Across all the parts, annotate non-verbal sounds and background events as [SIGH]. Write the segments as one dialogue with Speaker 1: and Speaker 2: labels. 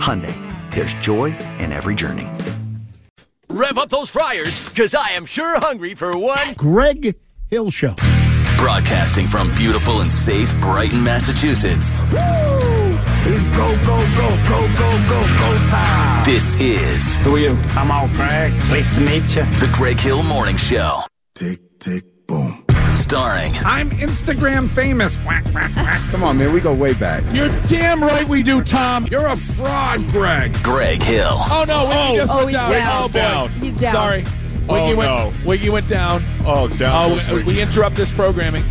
Speaker 1: Hyundai, there's joy in every journey.
Speaker 2: Rev up those fryers, because I am sure hungry for one.
Speaker 3: Greg Hill Show.
Speaker 4: Broadcasting from beautiful and safe Brighton, Massachusetts.
Speaker 5: It's go, go, go, go, go, go, go time.
Speaker 4: This is
Speaker 6: Who are you? I'm all Craig. Pleased to meet you.
Speaker 4: the Greg Hill Morning Show,
Speaker 5: Tick, tick, boom.
Speaker 4: starring
Speaker 3: I'm Instagram famous. Whack, whack, whack.
Speaker 6: Come on, man. We go way back.
Speaker 3: You're damn right we do, Tom. You're a fraud, Greg.
Speaker 4: Greg Hill.
Speaker 3: Oh no, Wiggy just
Speaker 7: oh,
Speaker 3: went
Speaker 7: he's
Speaker 3: down.
Speaker 7: down.
Speaker 3: Oh, boy.
Speaker 7: Down. He's down.
Speaker 3: Sorry. Wiggy
Speaker 6: Oh,
Speaker 3: went
Speaker 6: no.
Speaker 3: Wiggy went down.
Speaker 6: Oh, down.
Speaker 3: Oh, we- we, interrupt this programming.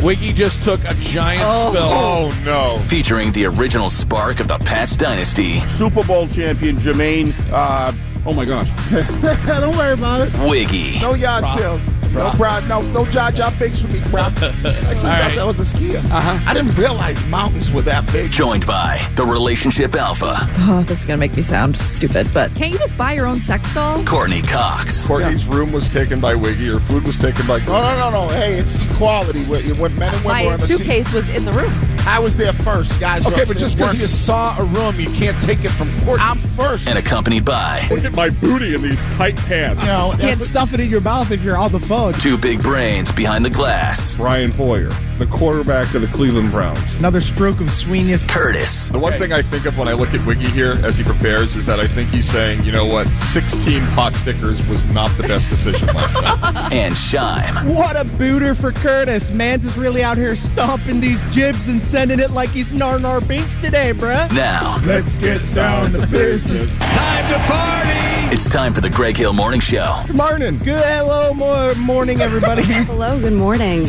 Speaker 3: Wiggy just took a giant spill.
Speaker 6: oh no.
Speaker 4: Featuring the original spark of the Pats dynasty,
Speaker 6: Super Bowl champion Jermaine. Uh, oh my gosh. [LAUGHS] Don't worry about it.
Speaker 4: Wiggy,
Speaker 6: No yard sales. No broad. No no jaw jaw bigs for me, bro. Actually, thought
Speaker 3: right.
Speaker 6: that was a skier. Uh-huh. I didn't realize mountains were that big.
Speaker 4: joined by the relationship alpha,
Speaker 7: Oh, this is gonna make me sound stupid, but can't you just buy your own sex doll?
Speaker 4: Courtney Cox,
Speaker 8: Courtney's room was taken by Wiggy. Her food was taken by.
Speaker 6: No, no, no, no. Hey, it's equality. When when men and women were
Speaker 7: My
Speaker 6: on the seat,
Speaker 7: suitcase was in the room.
Speaker 6: I was there first, guys.
Speaker 3: Oh, Okay, but just because you saw a room, you can't take it from court.
Speaker 6: I'm first.
Speaker 4: and accompanied by
Speaker 8: Look at my booty in these tight pants.
Speaker 6: you know, can't stuff it in your mouth if you're on the phone.
Speaker 4: two big brains behind the glass,
Speaker 8: Brian Hoyer, the quarterback of the Cleveland Browns.
Speaker 3: Another stroke of Sweeney's.
Speaker 4: Curtis,
Speaker 8: The one thing I think of when I look at Wiggy here as he prepares is that I think he's saying, you know what, 16 pot stickers was not the best decision last night. [LAUGHS]
Speaker 4: and Shime.
Speaker 3: What a booter for Curtis. Mans is really out here stomping these jibs and sending it like he's Nar Nar Binks today, bruh.
Speaker 4: Now
Speaker 6: Let's get down to business.
Speaker 3: Time to party!
Speaker 4: it's time for the Greg Hill Morning Show.
Speaker 3: Morning. Good hello, more morning, everybody.
Speaker 7: [LAUGHS] Hello, good morning.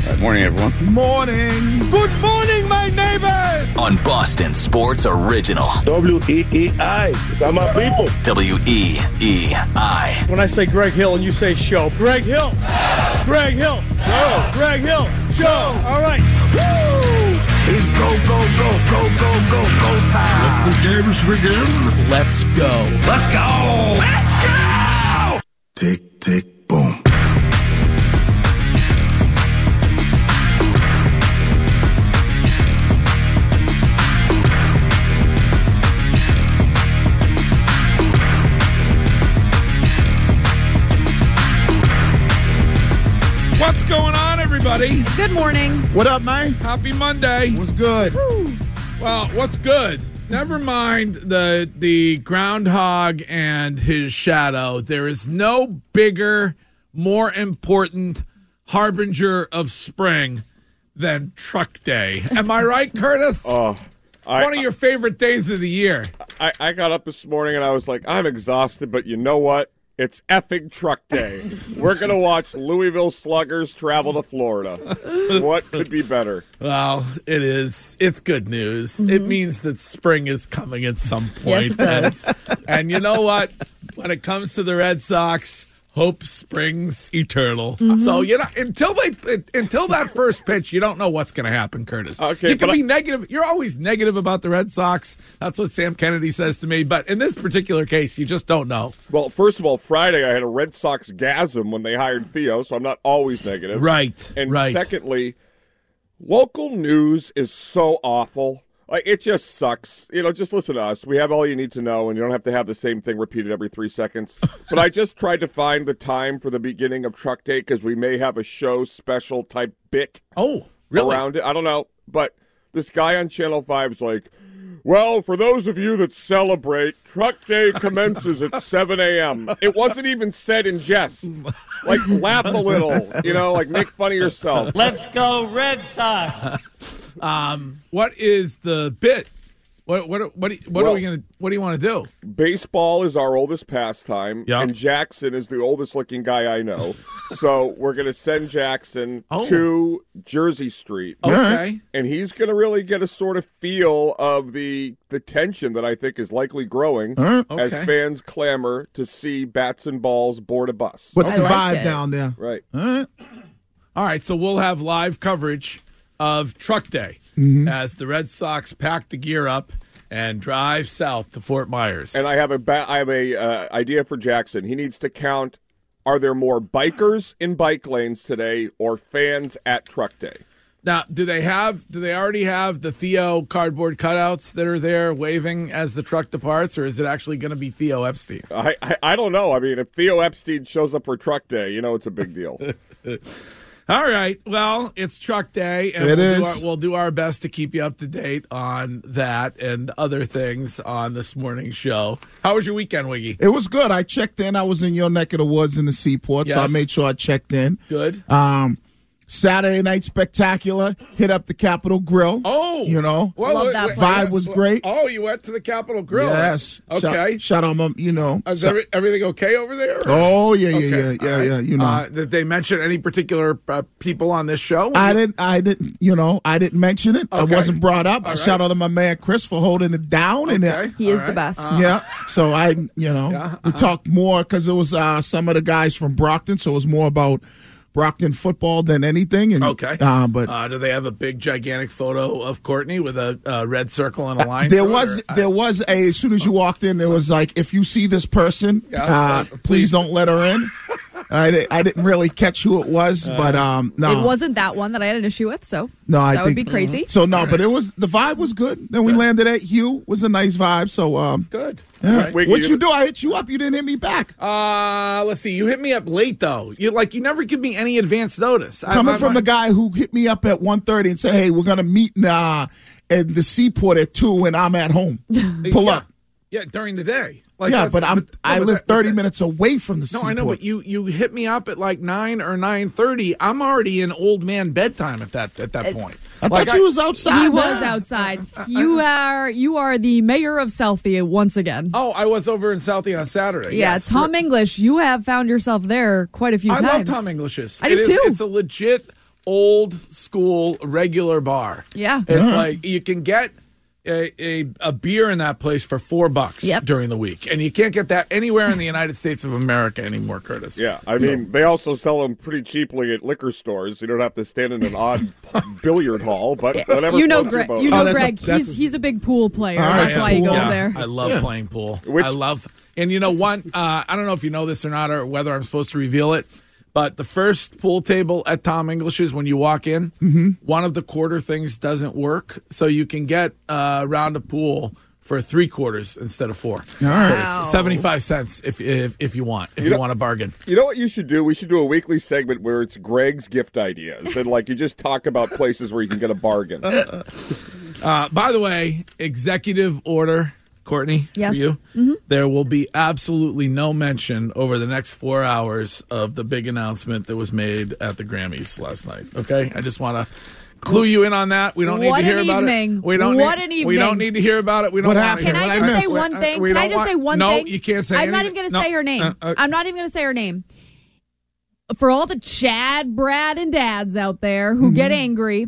Speaker 6: Morning.
Speaker 3: Good morning, my neighbors!
Speaker 4: on Boston Sports Original. W E E I.
Speaker 3: When I say Greg Hill and you say show, Greg Hill! Greg Hill! Show! Greg Hill! Show! All right.
Speaker 5: Woo! It's go, go, go, go, go, go, go time.
Speaker 3: Let's go.
Speaker 5: Tick, tick, boom.
Speaker 3: What's going on, everybody?
Speaker 7: Good morning.
Speaker 6: What up, man?
Speaker 3: Happy Monday.
Speaker 6: What's good?
Speaker 3: Well, what's good? Never mind the the groundhog and his shadow. There is no bigger, more important harbinger of spring than truck day. Am I right, Curtis?
Speaker 8: Oh, I,
Speaker 3: One of your favorite days of the year.
Speaker 8: I, I got up this morning and I was like, I'm exhausted, but you know what? It's effing truck
Speaker 3: [LAUGHS]
Speaker 8: day. We're going to watch Louisville Sluggers travel to Florida. What could be better?
Speaker 3: Well, it is. It's good news. It means that spring is coming at some point.
Speaker 7: Mm-hmm. Yes, it does.
Speaker 3: And, and you know what? When it comes to the Red Sox, Hope Springs Eternal.
Speaker 7: Mm-hmm.
Speaker 3: So you know until they until that first pitch, you don't know what's going to happen, Curtis.
Speaker 8: Okay,
Speaker 3: you can
Speaker 8: but
Speaker 3: be
Speaker 8: I-
Speaker 3: negative. You're always negative about the Red Sox. That's what Sam Kennedy says to me. But in this particular case, you just don't know.
Speaker 8: Well, first of all, Friday I had a Red Sox gasm when they hired Theo, so I'm not always negative.
Speaker 3: Right,
Speaker 8: And
Speaker 3: right.
Speaker 8: secondly, local news is so awful. Like it just sucks. You know, just listen to us. We have all you need to know, and you don't have to have the same thing repeated every
Speaker 3: [LAUGHS]
Speaker 8: three seconds. but I just tried to find the time for the beginning of Truck Day because we may have a show special type bit
Speaker 3: Oh, really?
Speaker 8: around it. I don't know, but this guy on Channel 5 is like, well, for those of you that celebrate, Truck
Speaker 3: [LAUGHS]
Speaker 8: Day commences at 7 a.m. It wasn't even said
Speaker 3: [LAUGHS]
Speaker 8: in jest. Like, laugh a little, you know, like make fun of yourself.
Speaker 3: [LAUGHS]
Speaker 9: Let's go Red Sox.
Speaker 3: Um, What is the bit? What what what do- what are
Speaker 8: Well-
Speaker 3: we gonna? What do you want to do?
Speaker 8: Baseball is our oldest pastime,
Speaker 3: Yeah.
Speaker 8: and Jackson is the oldest looking guy
Speaker 3: [LAUGHS]
Speaker 8: I know. so we're going to send Jackson
Speaker 3: Oh.
Speaker 8: to Jersey Street.
Speaker 3: Okay.
Speaker 8: and he's going to really get a sort of feel of the the tension that I think is likely growing as
Speaker 3: Okay.
Speaker 8: fans clamor to see bats and balls board a bus.
Speaker 10: What's the
Speaker 7: I like
Speaker 10: vibe
Speaker 7: it.
Speaker 10: down there?
Speaker 8: Right.
Speaker 3: All right, so we'll have live coverage of Truck Day
Speaker 10: Mm-hmm.
Speaker 3: as the Red Sox pack the gear up and drive south to Fort Myers.
Speaker 8: And I have a ba- I have a uh, idea for Jackson. He needs to count are there more bikers in bike lanes today or fans at truck day?
Speaker 3: now, do they have? Do they already have the Theo cardboard cutouts that are there waving as the truck departs, or is it actually going to be Theo Epstein?
Speaker 8: I, I I don't know. I mean, if Theo Epstein shows up for truck day, you know it's a big deal.
Speaker 3: All right. Well, it's Truck Day, and
Speaker 10: It
Speaker 3: we'll, Do
Speaker 10: is.
Speaker 3: our, we'll do our best to keep you up to date on that and other things on this morning's show. How was your weekend, Wiggy?
Speaker 10: It was good. I checked in. I was in your neck of the woods in the seaport, so I
Speaker 3: Yes.
Speaker 10: made sure I checked in.
Speaker 3: Good.
Speaker 10: Um, Saturday night spectacular. Hit up the Capitol Grill.
Speaker 3: Oh,
Speaker 10: you know,
Speaker 3: Well,
Speaker 7: Love
Speaker 3: wait,
Speaker 7: that
Speaker 3: wait,
Speaker 10: place.
Speaker 3: wait,
Speaker 10: Vibe was
Speaker 3: wait.
Speaker 10: great.
Speaker 3: Oh, you went to the Capitol Grill.
Speaker 10: yes.
Speaker 3: Okay.
Speaker 10: Shout, shout out, my, you know.
Speaker 3: Is every, everything okay over there? or-
Speaker 10: oh yeah, yeah,
Speaker 3: Okay,
Speaker 10: yeah, yeah,
Speaker 3: all right.
Speaker 10: yeah. You know,
Speaker 3: Uh, did they mention any particular uh, people on this show?
Speaker 10: I didn't, I didn't, you know, I didn't mention it. I
Speaker 3: Okay.
Speaker 10: wasn't brought up.
Speaker 3: All
Speaker 10: I
Speaker 3: right.
Speaker 10: shout out to my man Chris for holding it down in there.
Speaker 3: Okay.
Speaker 7: He is
Speaker 3: All
Speaker 7: the
Speaker 3: right. Uh, uh-huh.
Speaker 7: best.
Speaker 10: yeah. So I, you know, we talked more because it was uh, some of the guys from Brockton, so it was more about Brockton football than anything. And,
Speaker 3: Okay.
Speaker 10: uh, but
Speaker 3: Uh, do they have a big, gigantic photo of Courtney with a uh, red circle and a line?
Speaker 10: there
Speaker 3: through it,
Speaker 10: was
Speaker 3: or- uh, I-
Speaker 10: there was a as soon as you walked in, there was like, if you see this person,
Speaker 3: Yeah,
Speaker 10: uh,
Speaker 3: please-
Speaker 10: please, don't let her
Speaker 3: [LAUGHS]
Speaker 10: in. I, di- I didn't really catch who it was,
Speaker 3: Uh,
Speaker 10: but um, no,
Speaker 7: It wasn't that one that I had an issue with, so
Speaker 10: No, I
Speaker 7: that would
Speaker 10: think,
Speaker 7: be crazy.
Speaker 10: So no, but it was the vibe was good. Then we landed at Hugh was a nice vibe. So um,
Speaker 3: good.
Speaker 10: yeah.
Speaker 8: Right. Wiggy,
Speaker 10: what
Speaker 8: you-
Speaker 10: you do? I hit you up. You didn't hit me back.
Speaker 3: Uh, let's see. You hit me up late though. You like you never give me any advance notice. I-
Speaker 10: coming
Speaker 3: I-
Speaker 10: from the
Speaker 3: I-
Speaker 10: guy who hit me up at 1.30 and said, hey, we're going to meet in, uh, at the seaport at 2 and I'm at home.
Speaker 3: [LAUGHS]
Speaker 10: Pull
Speaker 3: yeah.
Speaker 10: up.
Speaker 3: Yeah, during the day. Like,
Speaker 10: yeah,
Speaker 3: that's-
Speaker 10: but I'm
Speaker 3: no,
Speaker 10: I
Speaker 3: but
Speaker 10: live
Speaker 3: that- but
Speaker 10: 30
Speaker 3: that-
Speaker 10: minutes away from the
Speaker 3: No,
Speaker 10: seaport.
Speaker 3: I know, but you you hit me up at like nine or nine thirty. I'm already in old man bedtime at that at that point.
Speaker 10: I
Speaker 3: Like,
Speaker 10: thought you was outside.
Speaker 7: He
Speaker 10: man.
Speaker 7: was outside. You are you are the mayor of Southie once again.
Speaker 3: Oh, I was over in Southie on Saturday.
Speaker 7: yeah,
Speaker 3: yes.
Speaker 7: Tom English, you have found yourself there quite a few
Speaker 3: I love
Speaker 7: times.
Speaker 3: Tom English's.
Speaker 7: I
Speaker 3: It
Speaker 7: do
Speaker 3: is-
Speaker 7: too.
Speaker 3: It's a legit old school regular bar.
Speaker 7: Yeah.
Speaker 3: it's like you can get. A, a, a beer in that place for four bucks
Speaker 7: Yep.
Speaker 3: during the week, and you can't get that anywhere in the United States of America anymore, Curtis.
Speaker 8: Yeah, I mean, they also sell them pretty cheaply at liquor stores. You don't have to stand in an odd billiard hall, but whatever.
Speaker 7: you know,
Speaker 8: floats your
Speaker 7: Greg.
Speaker 8: boat.
Speaker 7: You know,
Speaker 10: Oh, that's a-
Speaker 7: Greg.
Speaker 10: that's
Speaker 7: he's he's Oh, a big pool player.
Speaker 10: All right,
Speaker 7: That's
Speaker 10: yeah,
Speaker 7: why he
Speaker 10: pool.
Speaker 7: goes
Speaker 10: Yeah.
Speaker 7: there.
Speaker 3: I love playing pool.
Speaker 8: Which-
Speaker 3: I love, and you know, one. Uh, I don't know if you know this or not, or whether I'm supposed to reveal it. But the first pool table at Tom English's, when you walk in, one of the quarter things doesn't work, so you can get uh, round a pool for three quarters instead of four. All
Speaker 10: right.
Speaker 7: Wow.
Speaker 3: seventy-five cents if if, if you want if you,
Speaker 8: know-
Speaker 3: want a bargain.
Speaker 8: You know what you should do? We should do a weekly segment where it's Greg's gift ideas, and like you just talk about places where you can get a bargain.
Speaker 3: Uh, by the way, executive order, Courtney,
Speaker 7: Yes. Mm-hmm.
Speaker 3: for you. There will be absolutely no mention over the next four hours of the big announcement that was made at the Grammys last night. Okay, I just want to clue you in on that. We don't need
Speaker 7: What
Speaker 3: to hear
Speaker 7: an
Speaker 3: about
Speaker 7: evening.
Speaker 3: it. We don't.
Speaker 7: What
Speaker 3: need,
Speaker 7: an
Speaker 3: We don't
Speaker 7: evening.
Speaker 3: need to hear about it. We don't.
Speaker 10: What
Speaker 3: wanna
Speaker 10: happened?
Speaker 3: hear
Speaker 7: Can
Speaker 10: What
Speaker 7: I
Speaker 10: I
Speaker 3: about
Speaker 7: just
Speaker 3: it.
Speaker 7: say
Speaker 10: missed?
Speaker 7: one
Speaker 3: We-
Speaker 7: thing?
Speaker 3: Uh, we
Speaker 7: Can I
Speaker 3: don't
Speaker 7: just
Speaker 3: want-
Speaker 7: say one
Speaker 3: no,
Speaker 7: thing?
Speaker 3: you can't say.
Speaker 7: I'm not even
Speaker 3: anything.
Speaker 7: going to
Speaker 3: No.
Speaker 7: say her name.
Speaker 3: Uh, uh,
Speaker 7: I'm not even going to say her name. For all the Chad, Brad, and dads out there who get
Speaker 3: Mm-hmm.
Speaker 7: angry,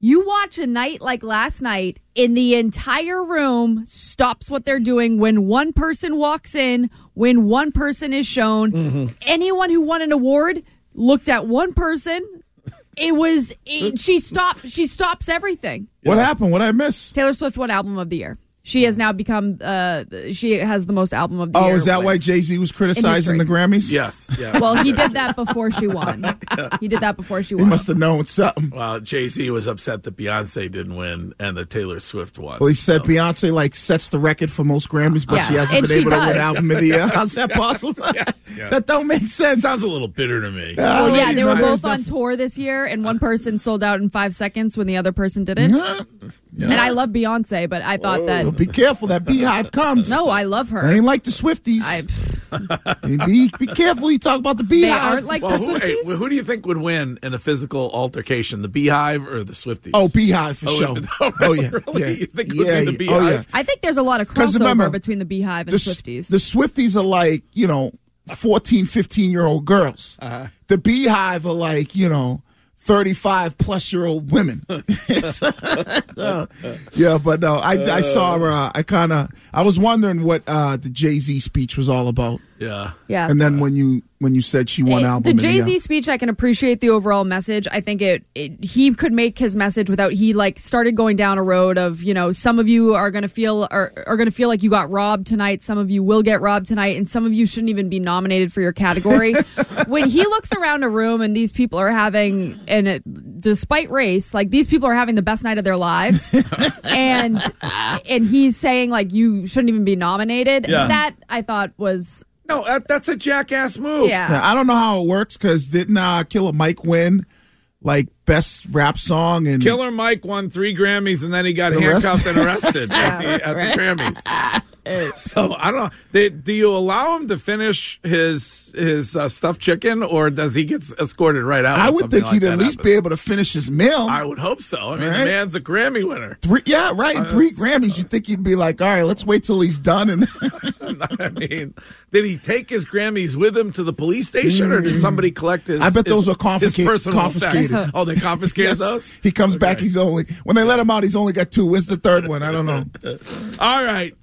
Speaker 7: you watch a night like last night, and the entire room stops what they're doing when one person walks in when one person is shown.
Speaker 3: Mm-hmm.
Speaker 7: Anyone who won an award looked at one person.
Speaker 3: [LAUGHS]
Speaker 7: It was it, she stopped. She stops everything.
Speaker 10: What happened? What I miss?
Speaker 7: Taylor Swift won album of the year. She has now become. Uh, she has the most album of the year.
Speaker 10: Oh, is that why
Speaker 7: wins.
Speaker 10: Jay Z was criticizing
Speaker 7: Industry.
Speaker 10: the Grammys?
Speaker 3: Yes.
Speaker 7: [LAUGHS] Well, he did that before she won. He did that before she
Speaker 10: He
Speaker 7: won.
Speaker 10: must have known something.
Speaker 3: Well, Jay Z was upset that Beyonce didn't win and that Taylor Swift won.
Speaker 10: Well, he said Beyonce like sets the record for most Grammys, but
Speaker 3: Yeah.
Speaker 10: she hasn't
Speaker 3: And
Speaker 10: been
Speaker 3: she
Speaker 10: able to
Speaker 3: does.
Speaker 10: win album of the
Speaker 3: [LAUGHS]
Speaker 10: year. How's that
Speaker 3: Yes,
Speaker 10: possible?
Speaker 3: yes.
Speaker 10: That don't make sense.
Speaker 3: Sounds a little bitter to me.
Speaker 7: Well, yeah, they were
Speaker 10: Right.
Speaker 7: both on tour this year, and one person sold out in five seconds when the other person didn't. And I love Beyonce, but I thought
Speaker 10: Well,
Speaker 7: that
Speaker 10: be careful that beehive comes.
Speaker 7: no, I love her.
Speaker 10: I ain't like the Swifties. be, be careful you talk about the beehive.
Speaker 3: Well, who, hey, who do you think would win in a physical altercation, the Beehive or the Swifties?
Speaker 10: Oh, Beehive for sure.
Speaker 3: [LAUGHS] Oh,
Speaker 10: Oh, yeah,
Speaker 3: really?
Speaker 10: yeah.
Speaker 3: You think it would
Speaker 10: Yeah,
Speaker 3: be the
Speaker 10: yeah. Oh,
Speaker 3: Beehive?
Speaker 10: yeah.
Speaker 7: I think there's a lot of
Speaker 10: 'Cause
Speaker 7: crossover
Speaker 10: remember,
Speaker 7: between the Beehive and Swifties.
Speaker 10: The Swifties are like, you know, 14, 15 year old girls.
Speaker 3: Uh-huh.
Speaker 10: The Beehive are like, you know, 35 plus year old women. [LAUGHS] So, yeah, but no, I, I saw, uh, I kind of, I was wondering what uh, the Jay Z speech was all about.
Speaker 3: Yeah.
Speaker 7: Yeah.
Speaker 10: And then when you when you said she won album,
Speaker 7: Eh, the
Speaker 10: of
Speaker 7: Jay
Speaker 10: year.
Speaker 7: Z speech, I can appreciate the overall message. I think it, it he could make his message without he like started going down a road of you know some of you are gonna feel are, are gonna feel like you got robbed tonight, some of you will get robbed tonight, and some of you shouldn't even be nominated for
Speaker 10: [LAUGHS]
Speaker 7: your category. when he looks around a room and these people are having and it, despite race, like these people are having the best night of
Speaker 10: [LAUGHS]
Speaker 7: their lives, and and he's saying like you shouldn't even be nominated.
Speaker 3: Yeah.
Speaker 7: That I thought was
Speaker 3: No, that, that's a jackass move.
Speaker 7: Yeah.
Speaker 10: I don't know how it works because didn't uh, Killer Mike win like best rap song and
Speaker 3: Killer Mike won three Grammys and then he got
Speaker 10: The rest-
Speaker 3: handcuffed and
Speaker 10: [LAUGHS]
Speaker 3: arrested at, the, at the Grammys. So I don't know. They, do you allow him to finish his his uh, stuffed chicken, or does he get escorted right out?
Speaker 10: I
Speaker 3: when
Speaker 10: would
Speaker 3: something
Speaker 10: think
Speaker 3: like
Speaker 10: he'd
Speaker 3: that
Speaker 10: at least
Speaker 3: happens?
Speaker 10: be able to finish his meal.
Speaker 3: I would hope so. I mean, the
Speaker 10: Right.
Speaker 3: man's a Grammy winner. [LAUGHS]
Speaker 10: Three, yeah, right. and three Grammys. You think he'd be like, all right, let's wait till he's done. And [LAUGHS]
Speaker 3: I mean, did he take his Grammys with him to the police station, or did somebody collect his?
Speaker 10: Mm. I bet
Speaker 3: his-
Speaker 10: those were confisca-
Speaker 3: his personal
Speaker 10: confiscated.
Speaker 3: effects? Oh, they confiscated
Speaker 10: [LAUGHS] Yes.
Speaker 3: those.
Speaker 10: he comes back. He's only when they let him out. He's only got two. Where's the third one? I don't know.
Speaker 3: All right.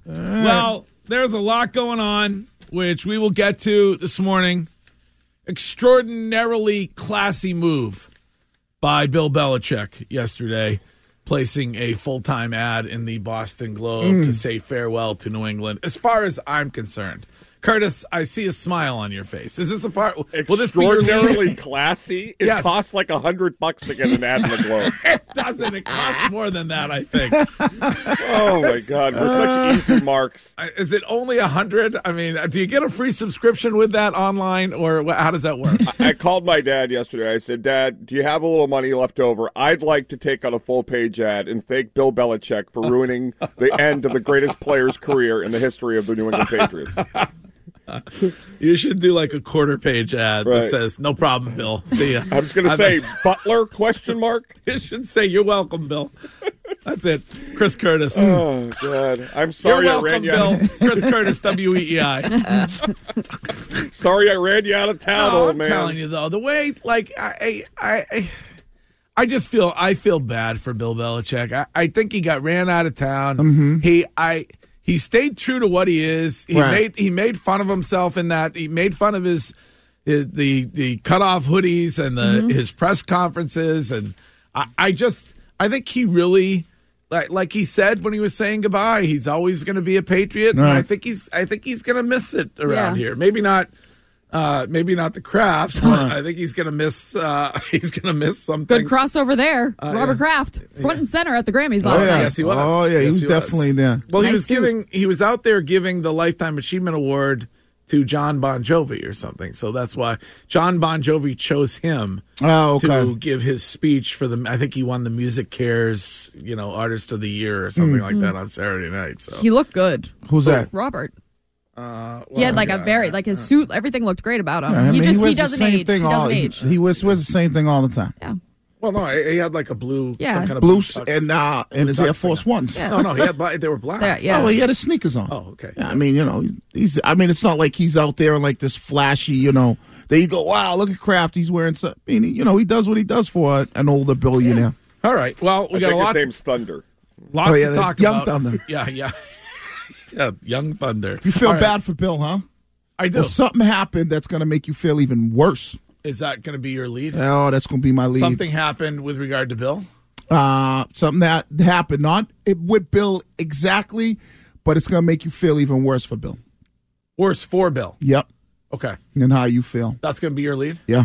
Speaker 3: Well, there's a lot going on, which we will get to this morning. Extraordinarily classy move by Bill Belichick yesterday, placing a full time ad in the Boston Globe
Speaker 11: Mm.
Speaker 3: to say farewell to New England, as far as I'm concerned. Curtis, I see a smile on your face. Is this a part? Will this be your lead?
Speaker 8: Extraordinarily classy. It
Speaker 3: Yes.
Speaker 8: costs like a hundred bucks to get an ad in the Globe.
Speaker 3: [LAUGHS] it doesn't. It costs more than that, I think.
Speaker 8: [LAUGHS]
Speaker 3: Uh,
Speaker 8: oh my God, we're such easy marks.
Speaker 3: I- Is it only a hundred? I mean, do you get a free subscription with that online, or wh- how does that work?
Speaker 8: I called my dad yesterday. I said, Dad, do you have a little money left over? I'd like to take on a full page ad and thank Bill Belichick for ruining the end of the greatest player's career in the history of the New England Patriots.
Speaker 3: You should do like a quarter page ad that
Speaker 8: Right.
Speaker 3: says, "No problem, Bill. See ya."
Speaker 8: I was going to
Speaker 3: I'm-
Speaker 8: say, Butler? Question
Speaker 3: [LAUGHS]
Speaker 8: mark.
Speaker 3: It should say, "You're welcome, Bill." That's it, Chris Curtis.
Speaker 8: Oh God, I'm sorry
Speaker 3: You're
Speaker 8: I ran
Speaker 3: welcome,
Speaker 8: you.
Speaker 3: Bill.
Speaker 8: Out.
Speaker 3: Chris Curtis, W E E I.
Speaker 8: [LAUGHS] Sorry I ran you out of town,
Speaker 3: No,
Speaker 8: old
Speaker 3: I'm
Speaker 8: man.
Speaker 3: telling you though, the way like I I I, I just feel I feel bad for Bill Belichick. I, I think he got ran out of town.
Speaker 8: Mm-hmm.
Speaker 3: He I he stayed true to what he is. He
Speaker 11: Right.
Speaker 3: made he made fun of himself in that he made fun of his, his the the cutoff hoodies and the
Speaker 10: Mm-hmm.
Speaker 3: his press conferences and I, I just I think he really. Like, like he said when he was saying goodbye, he's always going to be a patriot. And I
Speaker 10: Right.
Speaker 3: think he's I think he's going to miss it around
Speaker 10: Yeah.
Speaker 3: here. Maybe not uh, maybe not the crafts, but
Speaker 10: Huh.
Speaker 3: I think he's gonna miss. Uh, [LAUGHS] he's gonna miss some
Speaker 7: Good
Speaker 3: things.
Speaker 7: crossover there.
Speaker 3: Uh,
Speaker 7: Robert
Speaker 3: yeah.
Speaker 7: Kraft, front and center at the Grammys last
Speaker 3: Oh, yeah.
Speaker 7: night.
Speaker 3: Yes, [LAUGHS] he was.
Speaker 10: Oh, yeah, he
Speaker 3: Yes,
Speaker 10: was definitely there.
Speaker 3: Well, he
Speaker 10: Nice
Speaker 3: was
Speaker 10: suit.
Speaker 3: giving. He was out there giving the lifetime achievement award to John Bon Jovi or something. So that's why John Bon Jovi chose him
Speaker 10: Oh,
Speaker 3: to
Speaker 10: okay.
Speaker 3: give his speech for the. I think he won the Music Cares, you know, Artist of the Year or something
Speaker 10: Mm.
Speaker 3: like that on Saturday night. So
Speaker 7: He looked good.
Speaker 10: Who's that?
Speaker 7: Robert.
Speaker 3: Uh,
Speaker 7: he had like a very like his suit, everything looked great about him. he just he
Speaker 10: wears the
Speaker 7: doesn't
Speaker 10: same
Speaker 7: age. He
Speaker 10: thing all-
Speaker 7: doesn't age.
Speaker 10: He, he wears, wears the same thing all the time.
Speaker 7: Yeah.
Speaker 3: Well, no, he had like a blue,
Speaker 7: Yeah.
Speaker 3: some kind of
Speaker 10: Blue
Speaker 3: tux.
Speaker 10: s- and uh, and his
Speaker 3: Blue
Speaker 10: Air
Speaker 3: tux thing
Speaker 10: Force
Speaker 3: on.
Speaker 10: Ones.
Speaker 3: No, no, he had. black- They were black.
Speaker 10: Oh, well, he had his sneakers on.
Speaker 3: Oh, okay.
Speaker 10: Yeah, I mean, you know, he's. I mean, it's not like he's out there in like this flashy, you know. They go, wow, look at Kraft. He's wearing something. I mean, you know, he does what he does for a- an older billionaire.
Speaker 3: [LAUGHS] All right. Well, we
Speaker 8: I
Speaker 3: got
Speaker 8: think
Speaker 3: a lot.
Speaker 8: His name's Thunder.
Speaker 3: Lot
Speaker 10: Oh, yeah,
Speaker 3: to
Speaker 10: that's
Speaker 3: talk [LAUGHS]
Speaker 10: Young
Speaker 3: about.
Speaker 10: Thunder.
Speaker 3: [LAUGHS] Yeah, yeah. yeah, Young Thunder.
Speaker 10: You feel
Speaker 3: All right.
Speaker 10: bad for Bill, huh?
Speaker 3: I do.
Speaker 10: Or something happened that's going to make you feel even worse.
Speaker 3: Is that going to be your lead?
Speaker 10: Oh, that's going to be my lead.
Speaker 3: Something happened with regard to Bill.
Speaker 10: Uh, something that happened, not it with Bill exactly, but it's going to make you feel even worse for Bill.
Speaker 3: Worse for Bill.
Speaker 10: Yep.
Speaker 3: Okay.
Speaker 10: And how you feel.
Speaker 3: That's going to be your lead?
Speaker 10: Yeah.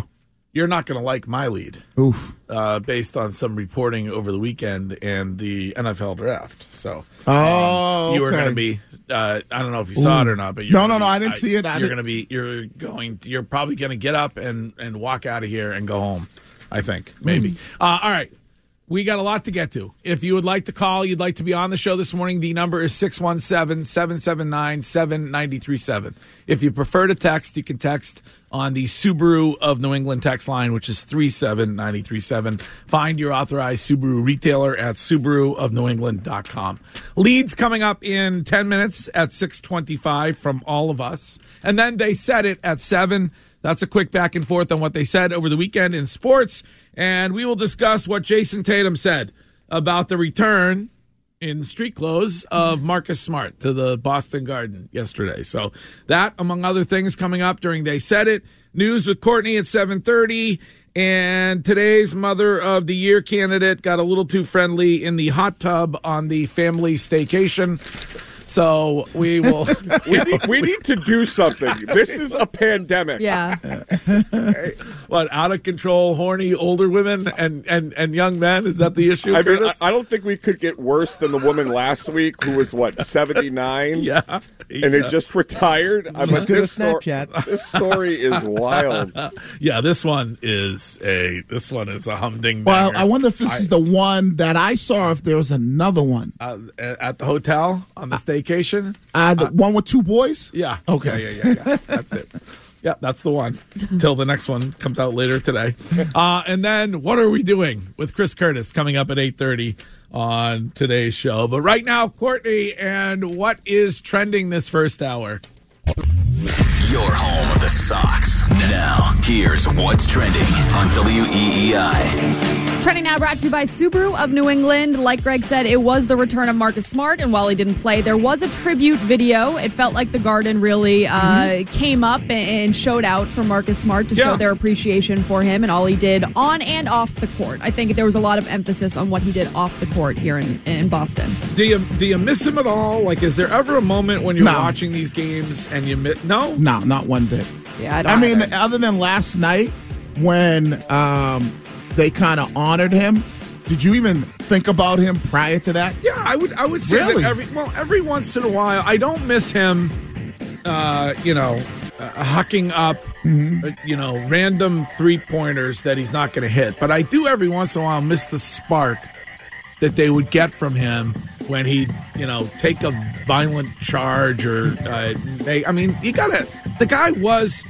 Speaker 3: You're not going to like my lead.
Speaker 10: Oof.
Speaker 3: Uh, based on some reporting over the weekend and the NFL draft. So.
Speaker 10: Oh,
Speaker 3: Um, You were
Speaker 10: okay.
Speaker 3: going to be. Uh, I don't know if you saw it
Speaker 10: Ooh.
Speaker 3: or not, but you're
Speaker 10: No,
Speaker 3: gonna
Speaker 10: no, no,
Speaker 3: be-
Speaker 10: I didn't see it. I
Speaker 3: you're
Speaker 10: didn't-
Speaker 3: going to be. You're going. You're probably going to get up and and walk out of here and go home. I think maybe.
Speaker 10: Hmm.
Speaker 3: Uh, all right. We got a lot to get to. If you would like to call, you'd like to be on the show this morning, the number is 617 779 7937. If you prefer to text, you can text on the Subaru of New England text line, which is 37937. Find your authorized Subaru retailer at subaruofnewengland.com. Leads coming up in 10 minutes at 625 from all of us. And then they said it at 7. That's a quick back and forth on what they said over the weekend in sports. And we will discuss what Jason Tatum said about the return in street clothes of Marcus Smart to the Boston Garden yesterday. So that, among other things, coming up during They Said It. News with Courtney at 730. And today's Mother of the Year candidate got a little too friendly in the hot tub on the family staycation. So we will.
Speaker 8: [LAUGHS] we, need, we need to do something. This is a pandemic.
Speaker 7: Yeah.
Speaker 3: what out of control, horny older women and and and young men? Is that the issue?
Speaker 8: I mean, I,
Speaker 3: Curtis?
Speaker 8: I don't think we could get worse than the woman last week who
Speaker 3: [LAUGHS]
Speaker 8: was what seventy nine.
Speaker 3: Yeah.
Speaker 8: and
Speaker 3: Yeah.
Speaker 8: it just retired. I mean, this, stor- this story is wild.
Speaker 3: yeah, this one is a this one is a humding.
Speaker 10: Well, I wonder if this is the one that I saw. If there was another one,
Speaker 3: uh, at the hotel on the staycation.
Speaker 10: uh, the one with two boys.
Speaker 3: Yeah.
Speaker 10: Okay.
Speaker 3: Yeah, yeah, yeah, yeah. That's it. Yeah, that's the one. Till the next one comes out
Speaker 10: [LAUGHS]
Speaker 3: later today. Uh, and then what are we doing with Chris Curtis coming up at 8:30 on today's show. But right now, Courtney, and what is trending this first hour?
Speaker 4: Your home of the Sox. Now, here's what's trending on E WEEI.
Speaker 7: Trending now brought to you by Subaru of New England. Like Greg said, it was the return of Marcus Smart, and while he didn't play, there was a tribute video. It felt like the garden really uh, came up and- and showed out for Marcus Smart to
Speaker 3: Yeah.
Speaker 7: show their appreciation for him and all he did on and off the court. I think there was a lot of emphasis on what he did off the court here in, in Boston.
Speaker 3: Do you do you miss him at all? Like, is there ever a moment when you're
Speaker 10: No.
Speaker 3: watching these games and you miss? No,
Speaker 10: No, not one bit.
Speaker 7: Yeah, I don't
Speaker 10: I mean,
Speaker 7: either.
Speaker 10: other than last night when um, they kind of honored him. Did you even think about him prior to that?
Speaker 3: Yeah, I would. I would say
Speaker 10: Really?
Speaker 3: that every well, every once in a while, I don't miss him. Uh, you know, uh, hucking up,
Speaker 10: Mm-hmm.
Speaker 3: uh, you know, random three pointers that he's not going to hit. But I do every once in a while miss the spark that they would get from him when he, you know, take a violent charge or uh, they. I mean, you gotta. The guy was.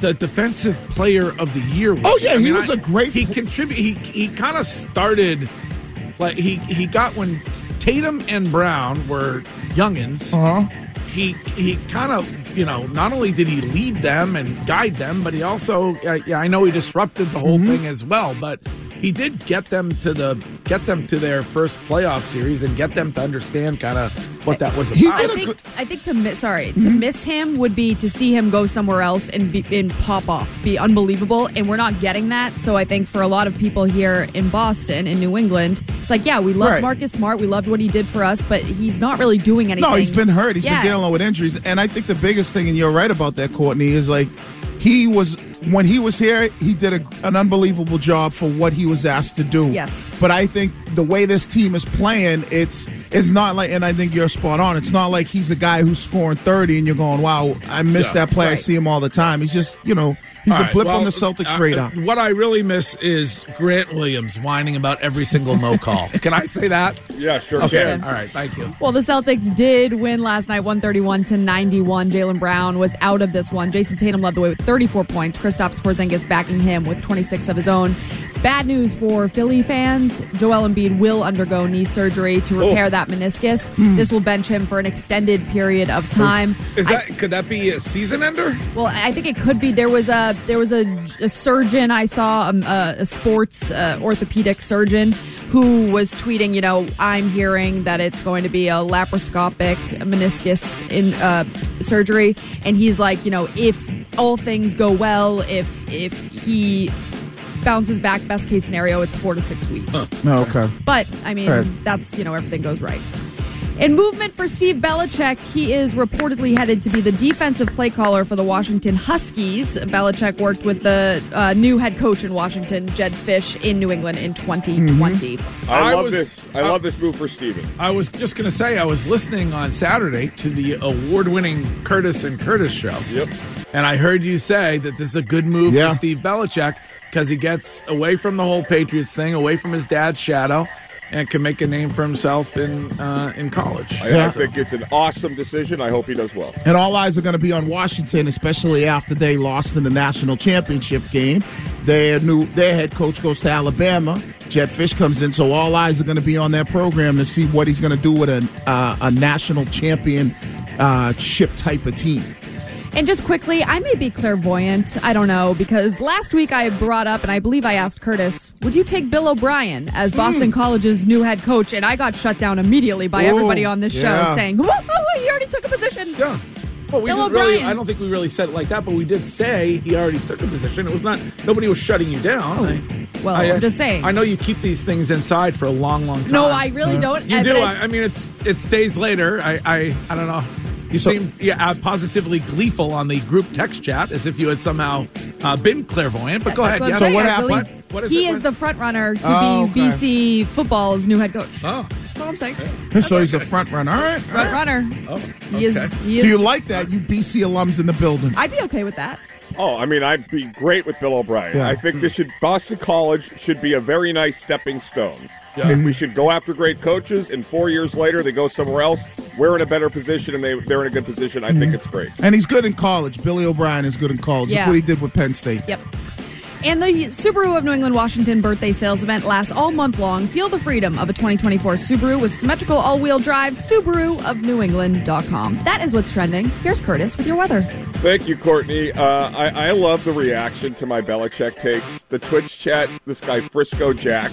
Speaker 3: The defensive player of the year.
Speaker 10: Oh, yeah,
Speaker 3: I
Speaker 10: he
Speaker 3: mean,
Speaker 10: was
Speaker 3: I-
Speaker 10: a great
Speaker 3: He contributed. He he kind of started like he he got when Tatum and Brown were youngins.
Speaker 10: Uh-huh.
Speaker 3: He he kind of you know not only did he lead them and guide them, but he also uh, yeah I know he disrupted the
Speaker 10: Mm-hmm.
Speaker 3: whole thing as well, but. He did get them to the get them to their first playoff series and get them to understand kind of what that was about.
Speaker 7: I think, I think to miss, sorry, to
Speaker 10: Mm-hmm.
Speaker 7: miss him would be to see him go somewhere else and be, and pop off, be unbelievable, and we're not getting that. So I think for a lot of people here in Boston, in New England, it's like, yeah, we loved
Speaker 10: Right.
Speaker 7: Marcus Smart, we loved what he did for us, but he's not really doing anything.
Speaker 10: No, he's been hurt. He's
Speaker 7: Yeah.
Speaker 10: been dealing with injuries. And I think the biggest thing, and you're right about that, Courtney, is like he was when he was here, he did a, an unbelievable job for what he was asked to do.
Speaker 7: Yes.
Speaker 10: But I think the way this team is playing, it's it's not like, and I think you're spot on. It's not like he's a guy who's scoring 30 and you're going, wow, I miss
Speaker 3: Yeah.
Speaker 10: that play. I
Speaker 7: Right.
Speaker 10: see him all the time. He's just, you know, he's
Speaker 3: All
Speaker 10: a
Speaker 3: right,
Speaker 10: blip on
Speaker 3: well,
Speaker 10: the Celtics
Speaker 3: uh,
Speaker 10: radar.
Speaker 3: What I really miss is Grant Williams whining about every single no
Speaker 10: [LAUGHS]
Speaker 3: call. Can I say that?
Speaker 8: Yeah, sure
Speaker 3: Okay.
Speaker 8: can.
Speaker 3: All right. Thank you.
Speaker 7: Well, the Celtics did win last night, 131 to 91. Jalen Brown was out of this one. Jason Tatum led the way with 34 points. Kristaps Porzingis backing him with 26 of his own. Bad news for Philly fans. Joel Embiid will undergo knee surgery to
Speaker 3: Oh.
Speaker 7: repair
Speaker 3: Hmm.
Speaker 7: that meniscus. This will bench him for an extended period of time.
Speaker 3: Is
Speaker 7: I-
Speaker 3: that could that be a season ender?
Speaker 7: well, I think it could be. There was a there was a, a surgeon I saw, um, a, a sports uh, orthopedic surgeon, who was tweeting, you know, I'm hearing that it's going to be a laparoscopic meniscus in uh, surgery, and he's like, you know, if all things go well, if if he bounces back, best case scenario, it's four to six weeks.
Speaker 3: uh,
Speaker 10: No, Oh, okay.
Speaker 7: But I mean,
Speaker 10: Right.
Speaker 7: that's you know everything goes right. In movement for Steve Belichick, he is reportedly headed to be the defensive play caller for the Washington Huskies. Belichick worked with the uh, new head coach in Washington, Jed Fish, in New England in 2020.
Speaker 3: [LAUGHS]
Speaker 8: I,
Speaker 3: I
Speaker 8: love
Speaker 3: was-
Speaker 8: this. I love this move for Steven.
Speaker 3: I was just going to say I was listening on Saturday to the award-winning Curtis and Curtis show. Yep. And I heard you say that this is a good move
Speaker 10: Yeah.
Speaker 3: for Steve Belichick because he gets away from the whole Patriots thing, away from his dad's shadow, and can make a name for himself in uh, in college.
Speaker 8: I, I think it's an awesome decision. I hope he does well.
Speaker 10: And all eyes are going to be on Washington, especially after they lost in the national championship game. Their new their head coach goes to Alabama. Jed Fish comes in, so all eyes are going to be on that program to see what he's going to do with a uh, a national championship type of team.
Speaker 7: And just quickly, I may be clairvoyant. I don't know because last week I brought up, and I believe I asked Curtis, "Would you take Bill O'Brien
Speaker 3: Hmm.
Speaker 7: as Boston College's new head coach?" And I got shut down immediately by
Speaker 3: Ooh,
Speaker 7: everybody on this
Speaker 3: Oh, yeah.
Speaker 7: show saying, "Whoa, whoa, whoa, "You already took a position."
Speaker 3: Yeah. But we
Speaker 7: Bill
Speaker 3: didn't really,
Speaker 7: O'Brien.
Speaker 3: I don't think we really said it like that, but we did say he already took a position. It was not nobody was shutting you down. I-
Speaker 7: well,
Speaker 3: I, uh,
Speaker 7: I'm just saying.
Speaker 3: I know you keep these things inside for a long, long time.
Speaker 7: No, I really
Speaker 12: Mm-hmm.
Speaker 7: don't,
Speaker 3: You
Speaker 7: and
Speaker 3: do.
Speaker 7: but
Speaker 3: I,
Speaker 7: it's-
Speaker 3: I mean, it's it's days later. I I, I don't know. You seem yeah uh, positively gleeful on the group text chat as if you had somehow uh, been clairvoyant. But go
Speaker 7: That's
Speaker 3: ahead.
Speaker 7: what I'm
Speaker 3: yeah.
Speaker 7: saying. I believe
Speaker 3: What- what is
Speaker 7: he
Speaker 3: it?
Speaker 7: is the front runner to
Speaker 3: Oh,
Speaker 7: be
Speaker 3: okay.
Speaker 7: BC football's new head coach.
Speaker 3: Oh.
Speaker 7: That's what I'm saying.
Speaker 10: So he's a front runner. All right.
Speaker 7: Front runner. Oh, he is.
Speaker 10: Do
Speaker 7: He is
Speaker 10: you like that? You BC alums in the building.
Speaker 7: I'd be okay with that.
Speaker 8: Oh, I mean, I'd be great with Bill O'Brien.
Speaker 10: Yeah.
Speaker 8: I think this should Boston College should be a very nice stepping stone.
Speaker 10: Yeah.
Speaker 8: And we should go after great coaches, and four years later they go somewhere else. We're in a better position, and they they're in a good position. I
Speaker 10: Mm-hmm.
Speaker 8: think it's great.
Speaker 10: And he's good in college. Billy O'Brien is good in college. Look
Speaker 7: Yeah.
Speaker 10: what he did with Penn State.
Speaker 7: Yep. And the Subaru of New England, Washington birthday sales event lasts all month long. Feel the freedom of a 2024 Subaru with symmetrical all wheel drive. Subaru of New England.com. That is what's trending. Here's Curtis with your weather.
Speaker 8: Thank you, Courtney. Uh, I, I love the reaction to my Belichick takes. The Twitch chat, this guy Frisco Jack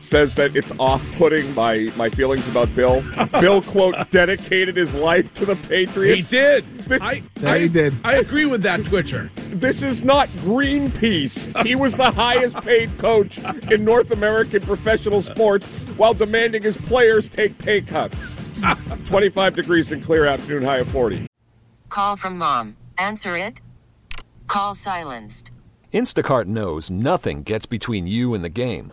Speaker 8: says that it's off-putting my my feelings about
Speaker 3: [LAUGHS]
Speaker 8: Bill. Bill quote dedicated his life to the Patriots.
Speaker 3: He did.
Speaker 8: This,
Speaker 3: I, I, did. I agree with that Twitcher.
Speaker 8: This is not Greenpeace. He was the highest paid coach in North American professional sports while demanding his players take pay cuts.
Speaker 3: [LAUGHS]
Speaker 8: 25 degrees and clear afternoon high of 40.
Speaker 13: Call from mom. Answer it. Call silenced.
Speaker 14: Instacart knows nothing gets between you and the game.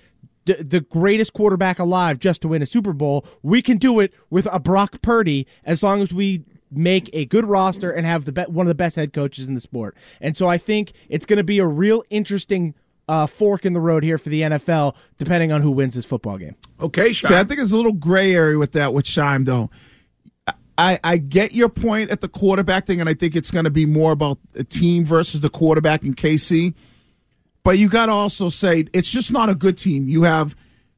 Speaker 12: the, the greatest quarterback alive just to win a Super Bowl. We can do it with a Brock Purdy as long as we make a good roster and have the be- one of the best head coaches in the sport. And so I think it's going to be a real interesting uh, fork in the road here for the NFL, depending on who wins this football game.
Speaker 3: Okay,
Speaker 10: See, I think it's a little gray area with that with Shime, though. I, I get your point at the quarterback thing, and I think it's going to be more about the team versus the quarterback in KC. But you got to also say it's just not a good team. You have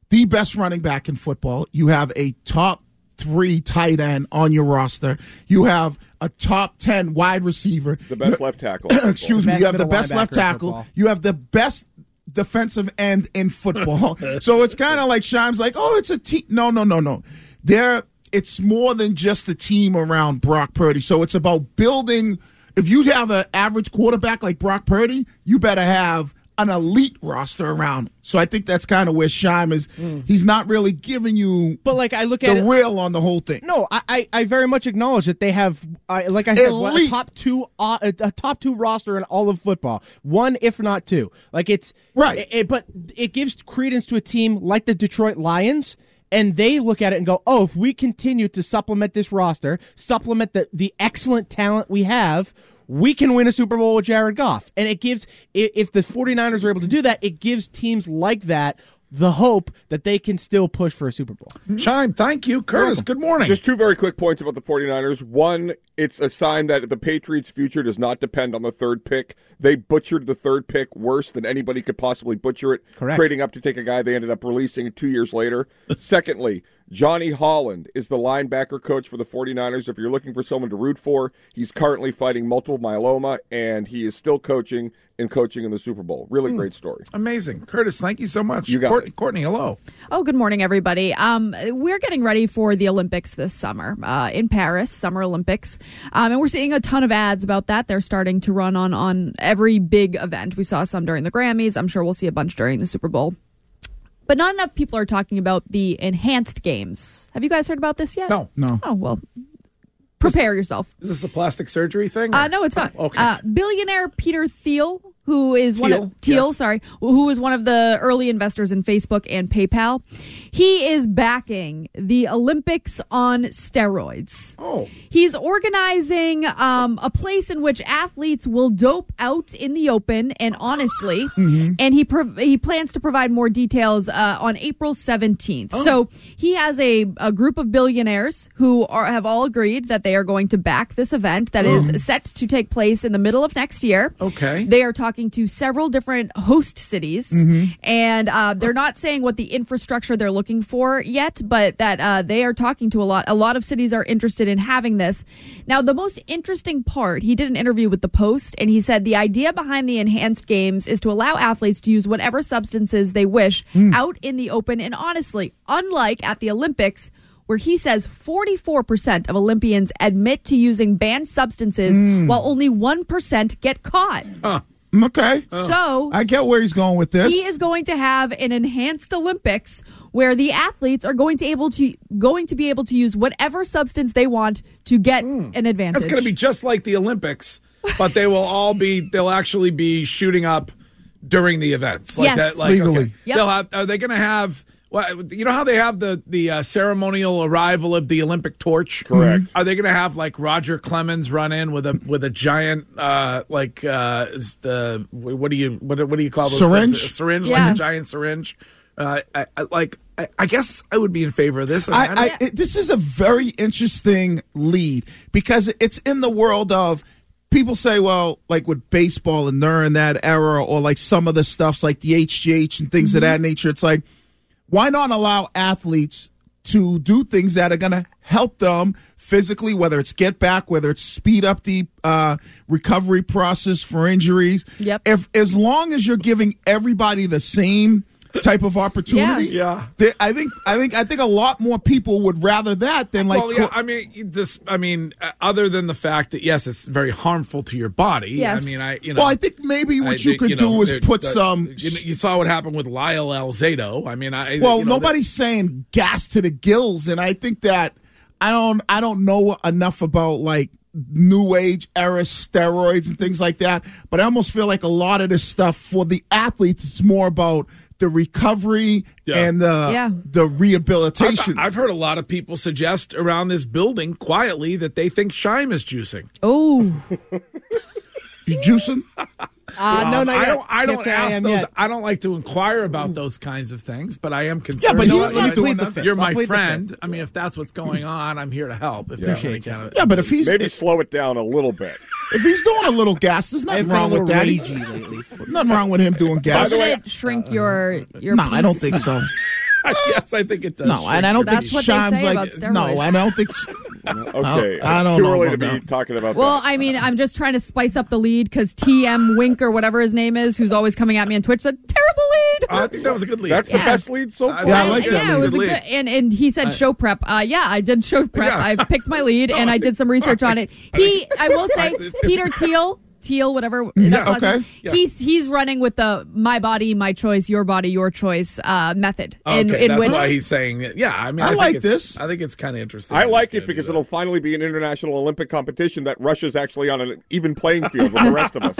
Speaker 10: the best running back in football. You have a top three tight end on your roster. You have a top ten wide receiver.
Speaker 8: The best left
Speaker 10: [COUGHS]
Speaker 8: tackle.
Speaker 3: [COUGHS]
Speaker 10: Excuse me. You have the best left tackle. You have the best defensive end in football.
Speaker 12: [LAUGHS]
Speaker 10: so it's kind of like Shime's like, oh, it's a team. No, no, no, no. There, it's more than just the team around Brock Purdy. So it's about building. If you have an average quarterback like Brock Purdy, you better have an elite roster around. him. So I think that's kind of where Shime is. He's not really giving you,
Speaker 12: Hmm. but like I look
Speaker 10: the
Speaker 12: at it-
Speaker 10: real on the whole thing.
Speaker 12: No, I, I, I very much acknowledge that they have, uh, like I said, what, a
Speaker 10: Elite.
Speaker 12: top two, uh, a a top two roster in all of football. One, if not two. Like it's right, it, but it gives credence to a team like the Detroit Lions. And they look at it and go, "Oh, if we continue to supplement this roster, supplement the the excellent talent we have, we can win a Super Bowl with Jared Goff." And it gives i- if the 49ers are able to do that, it gives teams like that the hope that they can still push for a Super Bowl.
Speaker 3: Chime, thank you, Curtis. Good morning.
Speaker 8: Just two very quick points about the 49ers. One, it's a sign that the Patriots' future does not depend on the third pick. They butchered the third pick worse than anybody could possibly butcher it,
Speaker 15: Correct.
Speaker 8: trading up to take a guy they ended up releasing two
Speaker 3: [LAUGHS]
Speaker 8: years later. Secondly, Johnny Holland is the linebacker coach for the 49ers. If you're looking for someone to root for, he's currently fighting multiple myeloma, and he is still coaching and coaching in the Super Bowl. Really
Speaker 3: Hmm.
Speaker 8: great story.
Speaker 3: Amazing. Curtis, thank you so much.
Speaker 8: You got
Speaker 3: Courtney, Courtney, hello.
Speaker 7: Oh, good morning, everybody. Um, we're getting ready for the Olympics this summer uh, in Paris, Summer Olympics, um, and we're seeing a ton of ads about that. They're starting to run on on every big event. We saw some during the Grammys. I'm sure we'll see a bunch during the Super Bowl. But not enough people are talking about the enhanced games. Have you guys heard about this yet?
Speaker 3: No, no.
Speaker 7: Oh well, prepare yourself.
Speaker 3: Is this a plastic surgery thing? Oh,
Speaker 7: Uh, no, it's not.
Speaker 3: Okay.
Speaker 7: Uh, billionaire Peter Thiel, who is one
Speaker 3: Thiel,
Speaker 7: of Thiel, sorry, who was one of the early investors in Facebook and PayPal, he is backing the Olympics on steroids.
Speaker 3: Oh,
Speaker 7: he's organizing um, a place in which athletes will dope out in the open and honestly,
Speaker 3: Mm-hmm.
Speaker 7: and he prov he plans to provide more details uh, on April seventeenth. So he has a, a group of billionaires who are have all agreed that they are going to back this event that is
Speaker 3: Mm.
Speaker 7: set to take place in the middle of next year.
Speaker 3: Okay.
Speaker 7: They are talking to several different host cities,
Speaker 3: Mhm.
Speaker 7: and uh, they're not saying what the infrastructure they're looking for yet, but that uh, they are talking to a lot. A lot of cities are interested in having this. Now, the most interesting part, he did an interview with the Post, and he said the idea behind the enhanced games is to allow athletes to use whatever substances they wish out in the open and honestly, unlike at the Olympics. Where he says 44% of Olympians admit to using banned substances while only 1% get caught.
Speaker 10: Huh. Hmm, Okay.
Speaker 7: So-
Speaker 10: I get where he's going with this.
Speaker 7: He is going to have an enhanced Olympics where the athletes are going to able to going to be able to use whatever substance they want to get
Speaker 3: Hmm.
Speaker 7: an advantage.
Speaker 3: That's going to be just like the Olympics, but they will all be, they'll actually be shooting up during the events like
Speaker 7: Yes.
Speaker 3: that. Like
Speaker 10: Legally.
Speaker 3: okay.
Speaker 7: Yep.
Speaker 3: they'll have. Are they going to have? Well, you know how they have the the uh, ceremonial arrival of the Olympic torch.
Speaker 8: Correct.
Speaker 3: Are they going to have like Roger Clemens run in with a with a giant uh, like uh, is the what do you what, do- what do you call those things?
Speaker 10: Syringe?
Speaker 3: A syringe
Speaker 10: Yeah.
Speaker 3: like a giant syringe. Uh, I, I, like I, I guess I would be in favor of this.
Speaker 10: I, I, it, this is a very interesting lead because it's in the world of people say, well, like with baseball and during that era, or like some of the stuffs like the HGH and things of that nature. It's like, why not allow athletes to do things that are going to help them physically, whether it's get back, whether it's speed up the uh, recovery process for injuries. Yep. If as long as you're giving everybody the same type of opportunity,
Speaker 3: Yeah.
Speaker 10: th- I think I think I think a lot more people would rather that than like
Speaker 3: well, yeah. I mean, you just I mean, uh, other than the fact that yes, it's very harmful to your body.
Speaker 10: Yes.
Speaker 3: I mean, I you know.
Speaker 10: Well, I think maybe what you could do is
Speaker 3: there-
Speaker 10: put
Speaker 3: that-
Speaker 10: some-
Speaker 3: You, know, you saw what happened with Lyle Alzado. I mean, I
Speaker 10: well,
Speaker 3: you know, that-
Speaker 10: nobody's saying gas to the gills, and I think that I don't I don't know enough about like new age era steroids and things like that. But I almost feel like a lot of this stuff for the athletes, it's more about the recovery and the
Speaker 3: Yeah.
Speaker 10: the rehabilitation.
Speaker 3: I've, I've heard a lot of people suggest around this building quietly that they think Shime is juicing.
Speaker 7: Oh.
Speaker 10: you
Speaker 3: [LAUGHS]
Speaker 10: juicing?
Speaker 3: Um,
Speaker 10: Uh, no, not
Speaker 3: I
Speaker 10: yet.
Speaker 3: don't. I
Speaker 10: Can't
Speaker 3: don't
Speaker 10: say I
Speaker 3: ask
Speaker 10: am
Speaker 3: those.
Speaker 10: yet.
Speaker 3: I don't like to inquire about those kinds of things, but I am concerned.
Speaker 10: but
Speaker 3: about
Speaker 10: he's
Speaker 3: it.
Speaker 10: not
Speaker 3: You're
Speaker 10: doing
Speaker 3: my-
Speaker 10: that.
Speaker 3: You're
Speaker 10: I'll
Speaker 3: my
Speaker 10: plead the
Speaker 3: friend. I mean, if that's what's going on, I'm here to help. If there's any
Speaker 10: Appreciate
Speaker 3: kind of
Speaker 10: Yeah, but if he's-
Speaker 8: maybe slow it down a little bit.
Speaker 10: if he's doing a little gas, there's nothing
Speaker 8: I've been a
Speaker 10: wrong with
Speaker 8: little
Speaker 10: that. He's-
Speaker 8: ragey
Speaker 10: Nothing wrong with him doing gas.
Speaker 7: Doesn't it shrink your your?
Speaker 10: No, I
Speaker 7: piece?
Speaker 10: don't think [LAUGHS] so.
Speaker 3: Uh, [LAUGHS] yes, I think it does.
Speaker 10: No, and I don't
Speaker 7: That's
Speaker 10: think
Speaker 7: what they
Speaker 10: Shime's
Speaker 7: say
Speaker 10: like.
Speaker 7: about
Speaker 10: No,
Speaker 7: steroids.
Speaker 10: I [LAUGHS] don't think.
Speaker 8: [LAUGHS] Okay,
Speaker 10: I
Speaker 8: it's
Speaker 10: don't
Speaker 8: too
Speaker 10: know
Speaker 8: early to
Speaker 10: about
Speaker 8: be talking about
Speaker 7: Well, I mean, I'm just trying to spice up the lead because TM Wink or whatever his name is, who's always coming at me on Twitch, said terrible lead.
Speaker 3: I think that was a good lead.
Speaker 8: That's the
Speaker 7: Yeah.
Speaker 8: best lead so far.
Speaker 7: I- Yeah, it was a good, and and he said
Speaker 8: I-
Speaker 7: show prep. Uh, yeah, I did show prep.
Speaker 8: Yeah.
Speaker 7: I've picked my lead and I did some research on it. He, I will say, [LAUGHS] Peter Teal, Teal, whatever.
Speaker 10: Mm, Yeah,
Speaker 7: that's his last
Speaker 10: okay.
Speaker 7: name,
Speaker 10: Yeah.
Speaker 7: He's he's running with the my body, my choice, your body, your choice uh, method. in,
Speaker 3: Oh, Okay,
Speaker 7: in
Speaker 3: that's
Speaker 7: which,
Speaker 3: why he's saying it. Yeah, I mean,
Speaker 8: I
Speaker 3: I, think
Speaker 8: like
Speaker 3: it's-
Speaker 8: this.
Speaker 3: I think it's kind of interesting.
Speaker 8: I like it because it'll finally be an international Olympic competition that Russia's actually on an even playing field with the rest of us.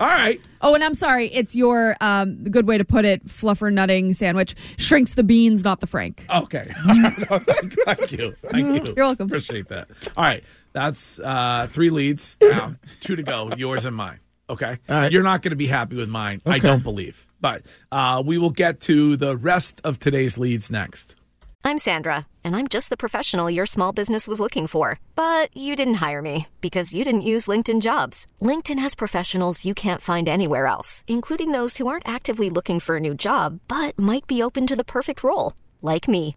Speaker 3: All right.
Speaker 7: Oh, and I'm sorry. It's your um, the good way to put it. Fluffer nutting sandwich shrinks the beans, not the frank.
Speaker 3: [LAUGHS] Okay. [LAUGHS] No, thank, thank you. Thank you.
Speaker 7: You're welcome.
Speaker 3: Appreciate that. All right. That's uh, three leads down, [LAUGHS] two to go, yours and mine. Okay. All right. You're not going to be happy with mine, I
Speaker 15: Okay.
Speaker 3: don't believe. But uh, we will get to the rest of today's leads next.
Speaker 16: I'm Sandra, and I'm just the professional your small business was looking for. But you didn't hire me because you didn't use LinkedIn jobs. LinkedIn has professionals you can't find anywhere else, including those who aren't actively looking for a new job but might be open to the perfect role, like me.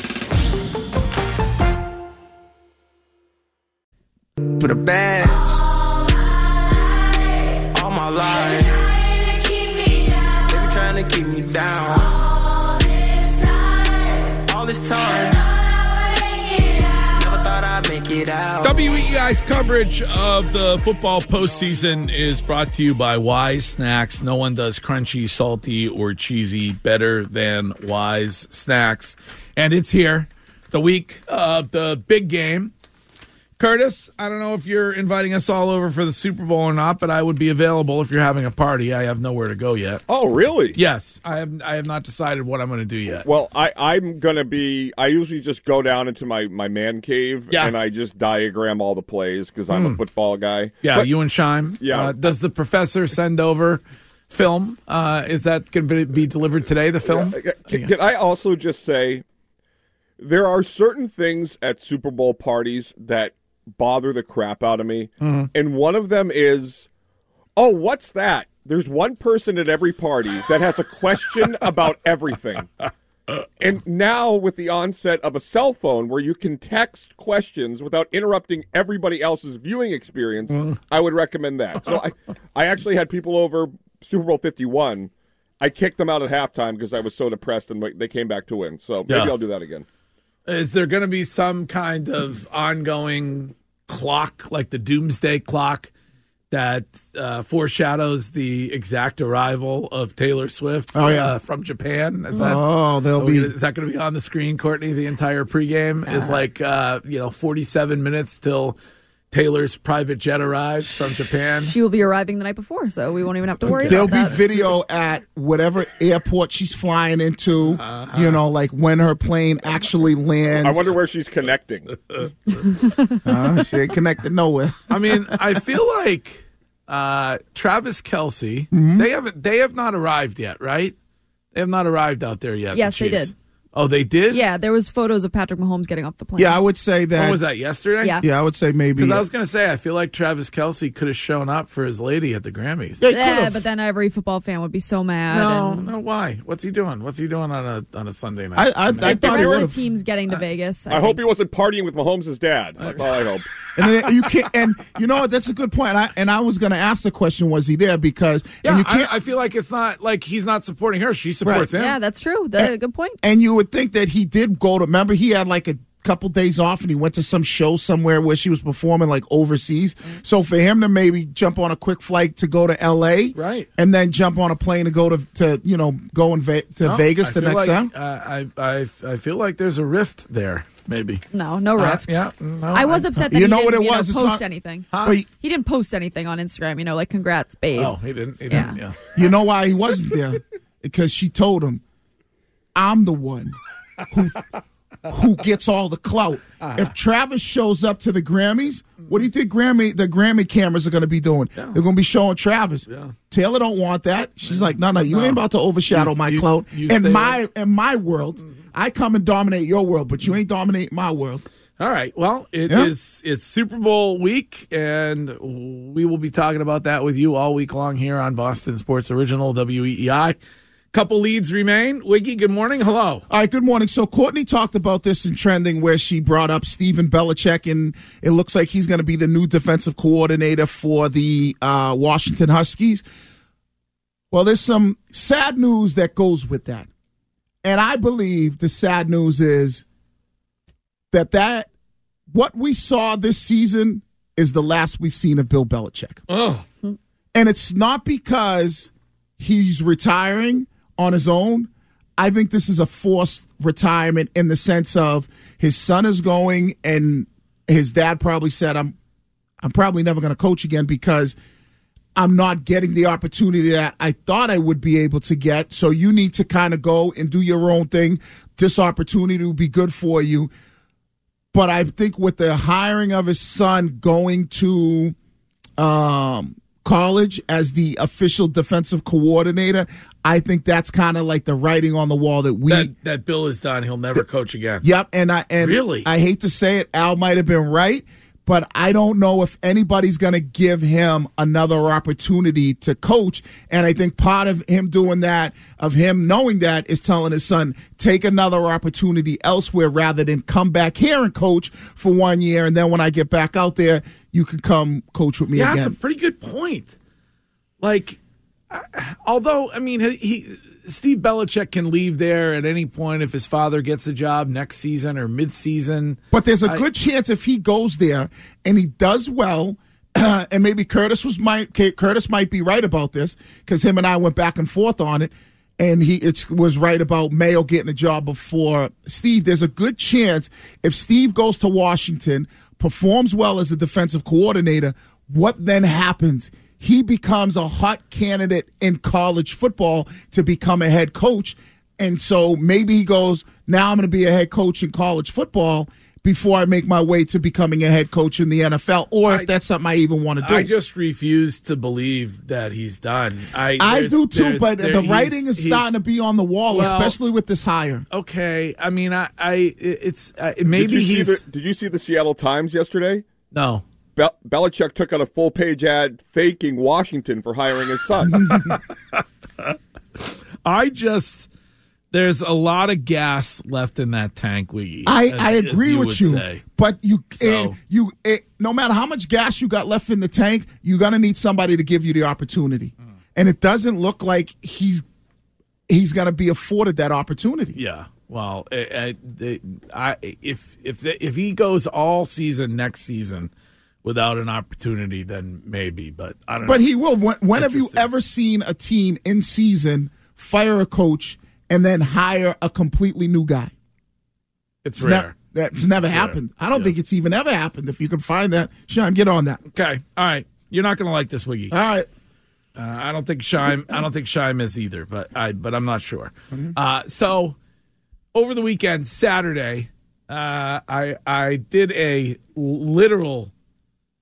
Speaker 5: for the bad. All my life. They be trying to keep me down. All this time. Never thought I'd make it out.
Speaker 3: WEI's E coverage of the football postseason is brought to you by Wise Snacks. No one does crunchy, salty, or cheesy better than Wise Snacks. And it's here, the week of the big game. Curtis, I don't know if you're inviting us all over for the Super Bowl or not, but I would be available if you're having a party. I have nowhere to go yet.
Speaker 8: Oh, really?
Speaker 3: Yes, I have. I have not decided what I'm going to do yet.
Speaker 8: Well, I, I'm gonna be. I usually just go down into my my man cave
Speaker 3: Yeah.
Speaker 8: and I just diagram all the plays because I'm
Speaker 3: Hmm.
Speaker 8: a football guy.
Speaker 3: Yeah,
Speaker 8: But-
Speaker 3: you and Shime.
Speaker 8: Yeah.
Speaker 3: Uh, does the professor send over film? Uh, is that going to be delivered today? The film. Oh,
Speaker 8: Can, can I also just say there are certain things at Super Bowl parties that bother the crap out of me.
Speaker 10: Mm-hmm.
Speaker 17: Mhm.
Speaker 8: And one of them is, oh, what's that? There's one person at every party that has a question about everything. And now, with the onset of a cell phone where you can text questions without interrupting everybody else's viewing experience,
Speaker 15: Mm.
Speaker 8: I would recommend that. So, I, I actually had people over Super Bowl 51. I kicked them out at halftime because I was so depressed and like, they came back to win. So, maybe
Speaker 3: Yeah.
Speaker 8: I'll do that again.
Speaker 3: Is there going to be some kind of ongoing clock, like the doomsday clock, that uh, foreshadows the exact arrival of Taylor Swift
Speaker 10: Oh, yeah.
Speaker 3: uh, from Japan? Is that,
Speaker 10: Oh, there'll
Speaker 3: are we
Speaker 10: be-
Speaker 3: gonna- Is that going to be on the screen, Courtney? The entire pregame is like uh, you know forty-seven minutes till Taylor's private jet arrives from Japan.
Speaker 7: She will be arriving the night before, so we won't even have to worry
Speaker 10: There'll
Speaker 7: about
Speaker 10: be
Speaker 7: that.
Speaker 10: video at whatever airport she's flying into.
Speaker 3: Uh-huh.
Speaker 10: You know, like when her plane actually lands. [LAUGHS]
Speaker 8: I wonder where she's connecting.
Speaker 3: [LAUGHS]
Speaker 10: Uh, she ain't connected nowhere.
Speaker 3: I mean, I feel like uh, Travis Kelsey.
Speaker 10: Mm-hmm.
Speaker 3: They haven't. They have not arrived yet, right? They have not arrived out there yet. the
Speaker 7: Yes, they
Speaker 3: Chiefs.
Speaker 7: did.
Speaker 3: Oh, they did.
Speaker 7: Yeah, there was photos of Patrick Mahomes getting off the plane.
Speaker 10: Yeah, I would say that.
Speaker 3: When was that? Yesterday.
Speaker 7: Yeah.
Speaker 10: Yeah, I would say maybe.
Speaker 3: Because I was going to say, I feel like Travis Kelsey could have shown up for his lady at the Grammys.
Speaker 7: yeah, but then every football fan would be so mad.
Speaker 3: no,
Speaker 7: and
Speaker 3: no. Why? What's he doing? What's he doing on a on a Sunday
Speaker 10: I-
Speaker 3: night?
Speaker 10: I- I
Speaker 7: if the rest of the team's getting to Vegas, I,
Speaker 8: I hope
Speaker 7: think-
Speaker 8: he wasn't partying with Mahomes' dad. That's all
Speaker 3: [LAUGHS]
Speaker 8: I hope.
Speaker 10: and then you can't. And you know what? That's a good point. I, and I was going to ask the question: Was he there? Because
Speaker 3: Yeah,
Speaker 10: and you can't.
Speaker 3: I, I feel like it's not like he's not supporting her. She supports him.
Speaker 7: yeah, that's true. That's a good point.
Speaker 10: and you would think that he did go to. Remember, he had like a couple days off, and he went to some show somewhere where she was performing like overseas.
Speaker 3: Mm-hmm.
Speaker 10: So for him to maybe jump on a quick flight to go to L.A.
Speaker 3: Right.
Speaker 10: and then jump on a plane to go to to you know go in Ve- to
Speaker 3: No,
Speaker 10: Vegas
Speaker 3: I
Speaker 10: the
Speaker 3: feel
Speaker 10: next time.
Speaker 3: like, Uh, I, I I feel like there's a rift there. Maybe.
Speaker 7: No, no
Speaker 3: Uh,
Speaker 7: rift.
Speaker 3: yeah, no,
Speaker 7: I was
Speaker 3: I-
Speaker 7: upset that
Speaker 3: You
Speaker 7: he
Speaker 3: know
Speaker 7: didn't
Speaker 3: what it
Speaker 7: you know,
Speaker 3: was? It's
Speaker 7: post
Speaker 3: not-
Speaker 7: anything.
Speaker 3: Huh? But-
Speaker 7: He didn't post anything on Instagram. You know, like congrats, babe.
Speaker 3: Oh, he didn't. He didn't. Yeah.
Speaker 10: You know why he wasn't there? Because she told him, "I'm the one who who gets all the clout."
Speaker 3: Uh-huh.
Speaker 10: If Travis shows up to the Grammys, what do you think Grammy the Grammy cameras are going to be doing? They're going to be showing Travis. Taylor don't want that. She's like, "No, no, you ain't about to overshadow
Speaker 3: You-
Speaker 10: my
Speaker 3: you-
Speaker 10: clout
Speaker 3: you
Speaker 10: in
Speaker 3: stay Mm-hmm.
Speaker 10: my in my world. I come and dominate your world, but you ain't dominate my world."
Speaker 3: All right. Well, it is
Speaker 10: Yeah.
Speaker 3: it's Super Bowl week, and we will be talking about that with you all week long here on Boston Sports Original WEEI. Couple leads remain. Wiggy, good morning. Hello.
Speaker 10: All right, good morning. So Courtney talked about this in trending where she brought up Steven Belichick, and it looks like he's going to be the new defensive coordinator for the uh, Washington Huskies. Well, there's some sad news that goes with that, and I believe the sad news is that that what we saw this season is the last we've seen of Bill Belichick.
Speaker 3: Oh.
Speaker 7: Hmm.
Speaker 10: And it's not because he's retiring on his own. I think this is a forced retirement in the sense of his son is going and his dad probably said I'm I'm probably never going to coach again because I'm not getting the opportunity that I thought I would be able to get. So you need to kind of go and do your own thing. This opportunity will be good for you. But I think with the hiring of his son going to um, college as the official defensive coordinator, I think that's kind of like the writing on the wall that we.
Speaker 3: that that Bill is done. He'll never coach again.
Speaker 10: yep, and I and
Speaker 3: Really?
Speaker 10: I hate to say it, Al might have been right, but I don't know if anybody's going to give him another opportunity to coach. And I think part of him doing that, of him knowing that, is telling his son take another opportunity elsewhere rather than come back here and coach for one year, and then when I get back out there, you can come coach with me
Speaker 3: yeah,
Speaker 10: again.
Speaker 3: that's a pretty good point. Like, I- although I mean, he, he Steve Belichick can leave there at any point if his father gets a job next season or midseason.
Speaker 10: But there's a
Speaker 3: I-
Speaker 10: good chance if he goes there and he does well, [CLEARS THROAT] and maybe Curtis was might K- Curtis might be right about this because him and I went back and forth on it, and he it was right about Mayo getting a job before Steve. There's a good chance if Steve goes to Washington, performs well as a defensive coordinator, what then happens? He becomes a hot candidate in college football to become a head coach. And so maybe he goes, now I'm going to be a head coach in college football before I make my way to becoming a head coach in the NFL, or if that's something I even want to do.
Speaker 3: I just refuse to believe that he's done. I
Speaker 10: I
Speaker 3: there's-
Speaker 10: do too,
Speaker 3: there's-
Speaker 10: but
Speaker 3: there-
Speaker 10: the
Speaker 3: he's-
Speaker 10: writing is
Speaker 3: he's-
Speaker 10: starting to be on the wall,
Speaker 3: Well- oh,
Speaker 10: especially with this hire.
Speaker 3: Okay, I mean, I, I it- it's uh, maybe
Speaker 8: did you
Speaker 3: he's
Speaker 8: See the, did you see the Seattle Times yesterday?
Speaker 3: No.
Speaker 8: Bel- Belichick took out a full page ad
Speaker 10: [LAUGHS]
Speaker 8: faking Washington for hiring his son.
Speaker 3: I just There's a lot of gas left in that tank, Wiggy.
Speaker 10: I,
Speaker 3: as-
Speaker 10: I
Speaker 3: as
Speaker 10: agree
Speaker 3: would
Speaker 10: with you,
Speaker 3: say.
Speaker 10: but you
Speaker 3: So-
Speaker 10: eh, you eh, no matter how much gas you got left in the tank, you're gonna need somebody to give you the opportunity,
Speaker 3: Mm.
Speaker 10: and it doesn't look like he's he's gonna be afforded that opportunity.
Speaker 3: Yeah. Well, I, I, I- if if the, if he goes all season next season without an opportunity, then maybe. But I don't.
Speaker 10: But
Speaker 3: know.
Speaker 10: he will. When, when have you ever seen a team in season fire a coach and then hire a completely new guy?
Speaker 3: It's
Speaker 10: ne-
Speaker 3: rare.
Speaker 10: that's never
Speaker 3: It's rare.
Speaker 10: happened. I don't think it's even ever happened. If you can find that, Sean, get on that.
Speaker 3: Okay. All right. You're not going to like this, Wiggy. All
Speaker 10: right.
Speaker 3: Uh, I don't think Shime. I don't think Shime is either, but I. But I'm not sure.
Speaker 18: Mm-hmm.
Speaker 3: Uh, so, over the weekend, Saturday, uh, I I did a literal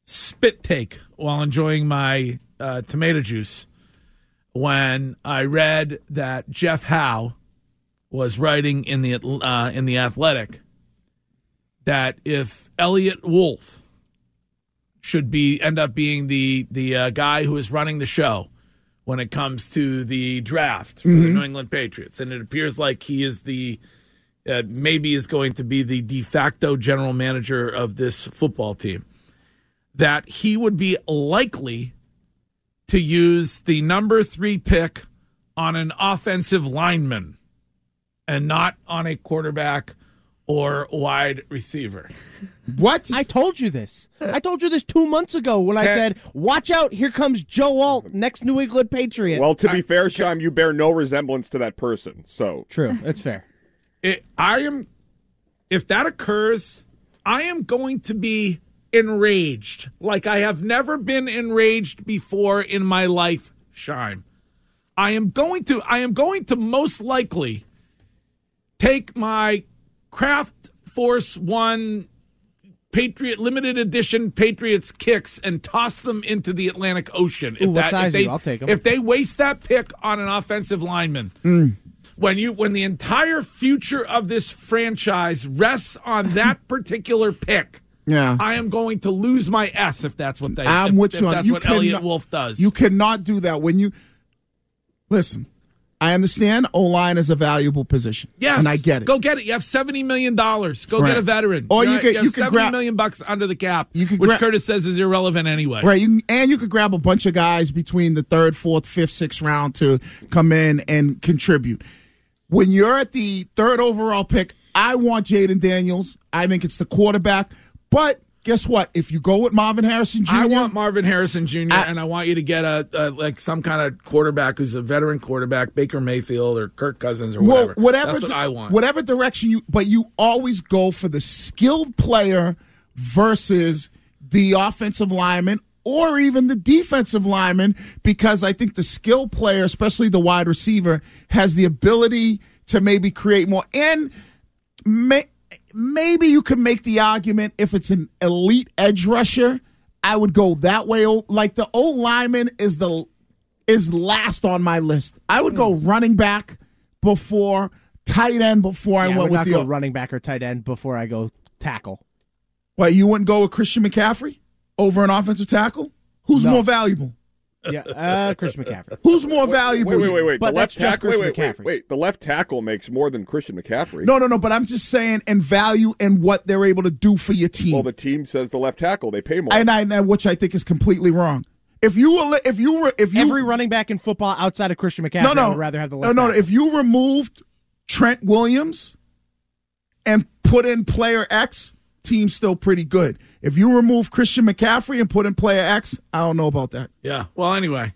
Speaker 3: spit take while enjoying my uh, tomato juice when I read that Jeff Howe was writing in the Atl- uh, in the Athletic that if Elliot Wolf should be end up being the the uh, guy who is running the show when it comes to the draft for the
Speaker 15: Mhm.
Speaker 3: New England Patriots, and it appears like he is the uh, maybe is going to be the de facto general manager of this football team. That he would be likely to use the number three pick on an offensive lineman and not on a quarterback or wide receiver.
Speaker 10: What?
Speaker 12: I told you this. I told you this two months ago when I said, "Watch out! Here comes Joe Alt, next New England Patriot."
Speaker 8: Well, to be fair, Shime, you bear no resemblance to that person. So
Speaker 12: true.
Speaker 8: [LAUGHS]
Speaker 12: That's fair.
Speaker 3: it, I am, if that occurs, I am going to be enraged like I have never been enraged before in my life, Shime. I am going to, I am going to most likely take my Craft Force One Patriot limited edition Patriots kicks and toss them into the Atlantic Ocean.
Speaker 12: Ooh, what size
Speaker 3: they,
Speaker 12: you? I'll take 'em.
Speaker 3: If they waste that pick on an offensive lineman,
Speaker 10: Hmm.
Speaker 3: when you when the entire future of this franchise rests on
Speaker 10: [LAUGHS]
Speaker 3: that particular pick,
Speaker 10: Yeah.
Speaker 3: I am going to lose my s if that's what they.
Speaker 10: I'm
Speaker 3: if-
Speaker 10: with
Speaker 3: if
Speaker 10: you on
Speaker 3: That's
Speaker 10: you
Speaker 3: what Elliot
Speaker 10: cannot-
Speaker 3: Wolf does.
Speaker 10: You cannot do that when you listen. I understand O line is a valuable position.
Speaker 3: Yes,
Speaker 10: and I get it.
Speaker 3: Go get it. You have seventy million dollars. Go
Speaker 10: Right.
Speaker 3: get a veteran.
Speaker 10: Or you
Speaker 3: You're-
Speaker 10: could-
Speaker 3: have
Speaker 10: you could
Speaker 3: 70
Speaker 10: grab-
Speaker 3: million bucks under the cap, which
Speaker 10: grab-
Speaker 3: Curtis says is irrelevant anyway.
Speaker 10: Right, you can, and you could grab a bunch of guys between the third, fourth, fifth, sixth round to come in and contribute. When you're at the third overall pick, I want Jaden Daniels. I think it's the quarterback. But guess what? If you go with Marvin Harrison Jr.,
Speaker 3: I want Marvin Harrison Jr. and I want you to get a, a like some kind of quarterback who's a veteran quarterback, Baker Mayfield or Kirk Cousins or whatever.
Speaker 10: Well, whatever
Speaker 3: That's what
Speaker 10: di-
Speaker 3: I want.
Speaker 10: Whatever direction you, but you always go for the skilled player versus the offensive lineman or even the defensive lineman because I think the skilled player, especially the wide receiver, has the ability to maybe create more and. May, maybe you could make the argument if it's an elite edge rusher, I would go that way. O- Like the old lineman is the is last on my list. I would
Speaker 12: Hmm.
Speaker 10: go running back before tight end
Speaker 12: Yeah,
Speaker 10: before I
Speaker 12: I
Speaker 10: went
Speaker 12: would
Speaker 10: with
Speaker 12: not
Speaker 10: the.
Speaker 12: go running back or tight end before I go tackle.
Speaker 10: What you wouldn't go with Christian McCaffrey over an offensive tackle? Who's
Speaker 12: No.
Speaker 10: more valuable?
Speaker 12: Yeah, uh, Christian
Speaker 10: [LAUGHS]
Speaker 12: McCaffrey.
Speaker 10: Who's more
Speaker 8: Wait,
Speaker 10: valuable?
Speaker 8: Wait, wait, wait, wait.
Speaker 10: But
Speaker 8: the
Speaker 10: that's
Speaker 8: left
Speaker 10: just
Speaker 8: tackle. Wait, wait,
Speaker 10: Christian McCaffrey.
Speaker 8: wait, wait. The left tackle makes more than Christian McCaffrey.
Speaker 10: No, no, no. But I'm just saying, and value and what they're able to do for your team.
Speaker 8: Well, the team says the left tackle. They pay more.
Speaker 10: and I, and which I think is completely wrong. If you were, if you were, if you
Speaker 12: Every running back in football outside of Christian McCaffrey,
Speaker 10: no, no,
Speaker 12: I would rather have the left.
Speaker 10: no, no.
Speaker 12: tackle.
Speaker 10: If you removed Trent Williams and put in player X, team's still pretty good. If you remove Christian McCaffrey and put in player X, I don't know about that.
Speaker 3: Yeah. Well, anyway,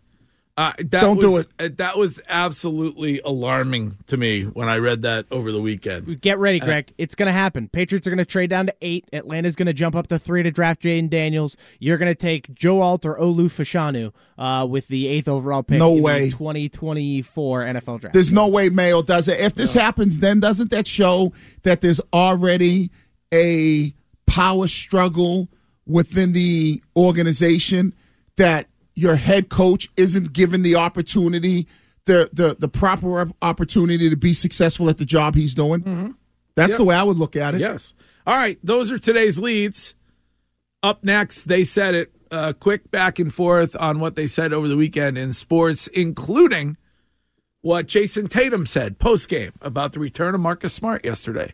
Speaker 3: uh, that
Speaker 10: Don't
Speaker 3: was,
Speaker 10: do
Speaker 3: uh, that was absolutely alarming to me when I read that over the weekend.
Speaker 12: Get ready,
Speaker 3: Uh,
Speaker 12: Greg. it's going to happen. Patriots are going to trade down to eight. Atlanta's going to jump up to three to draft Jaden Daniels. You're going to take Joe Alt or Olu Fashanu uh, with the eighth overall pick.
Speaker 10: No
Speaker 12: in the
Speaker 10: way.
Speaker 12: 2024 NFL draft.
Speaker 10: There's no way Mayo does it. If this happens, then doesn't that show that there's already a power struggle within the organization that your head coach isn't given the opportunity, the the, the proper op- opportunity to be successful at the job he's doing? That's
Speaker 3: Yep.
Speaker 10: the way I would look at it.
Speaker 3: Yes. All right. Those are today's leads. Up next, they said it. Uh, quick back and forth on what they said over the weekend in sports, including what Jason Tatum said post game about the return of Marcus Smart yesterday.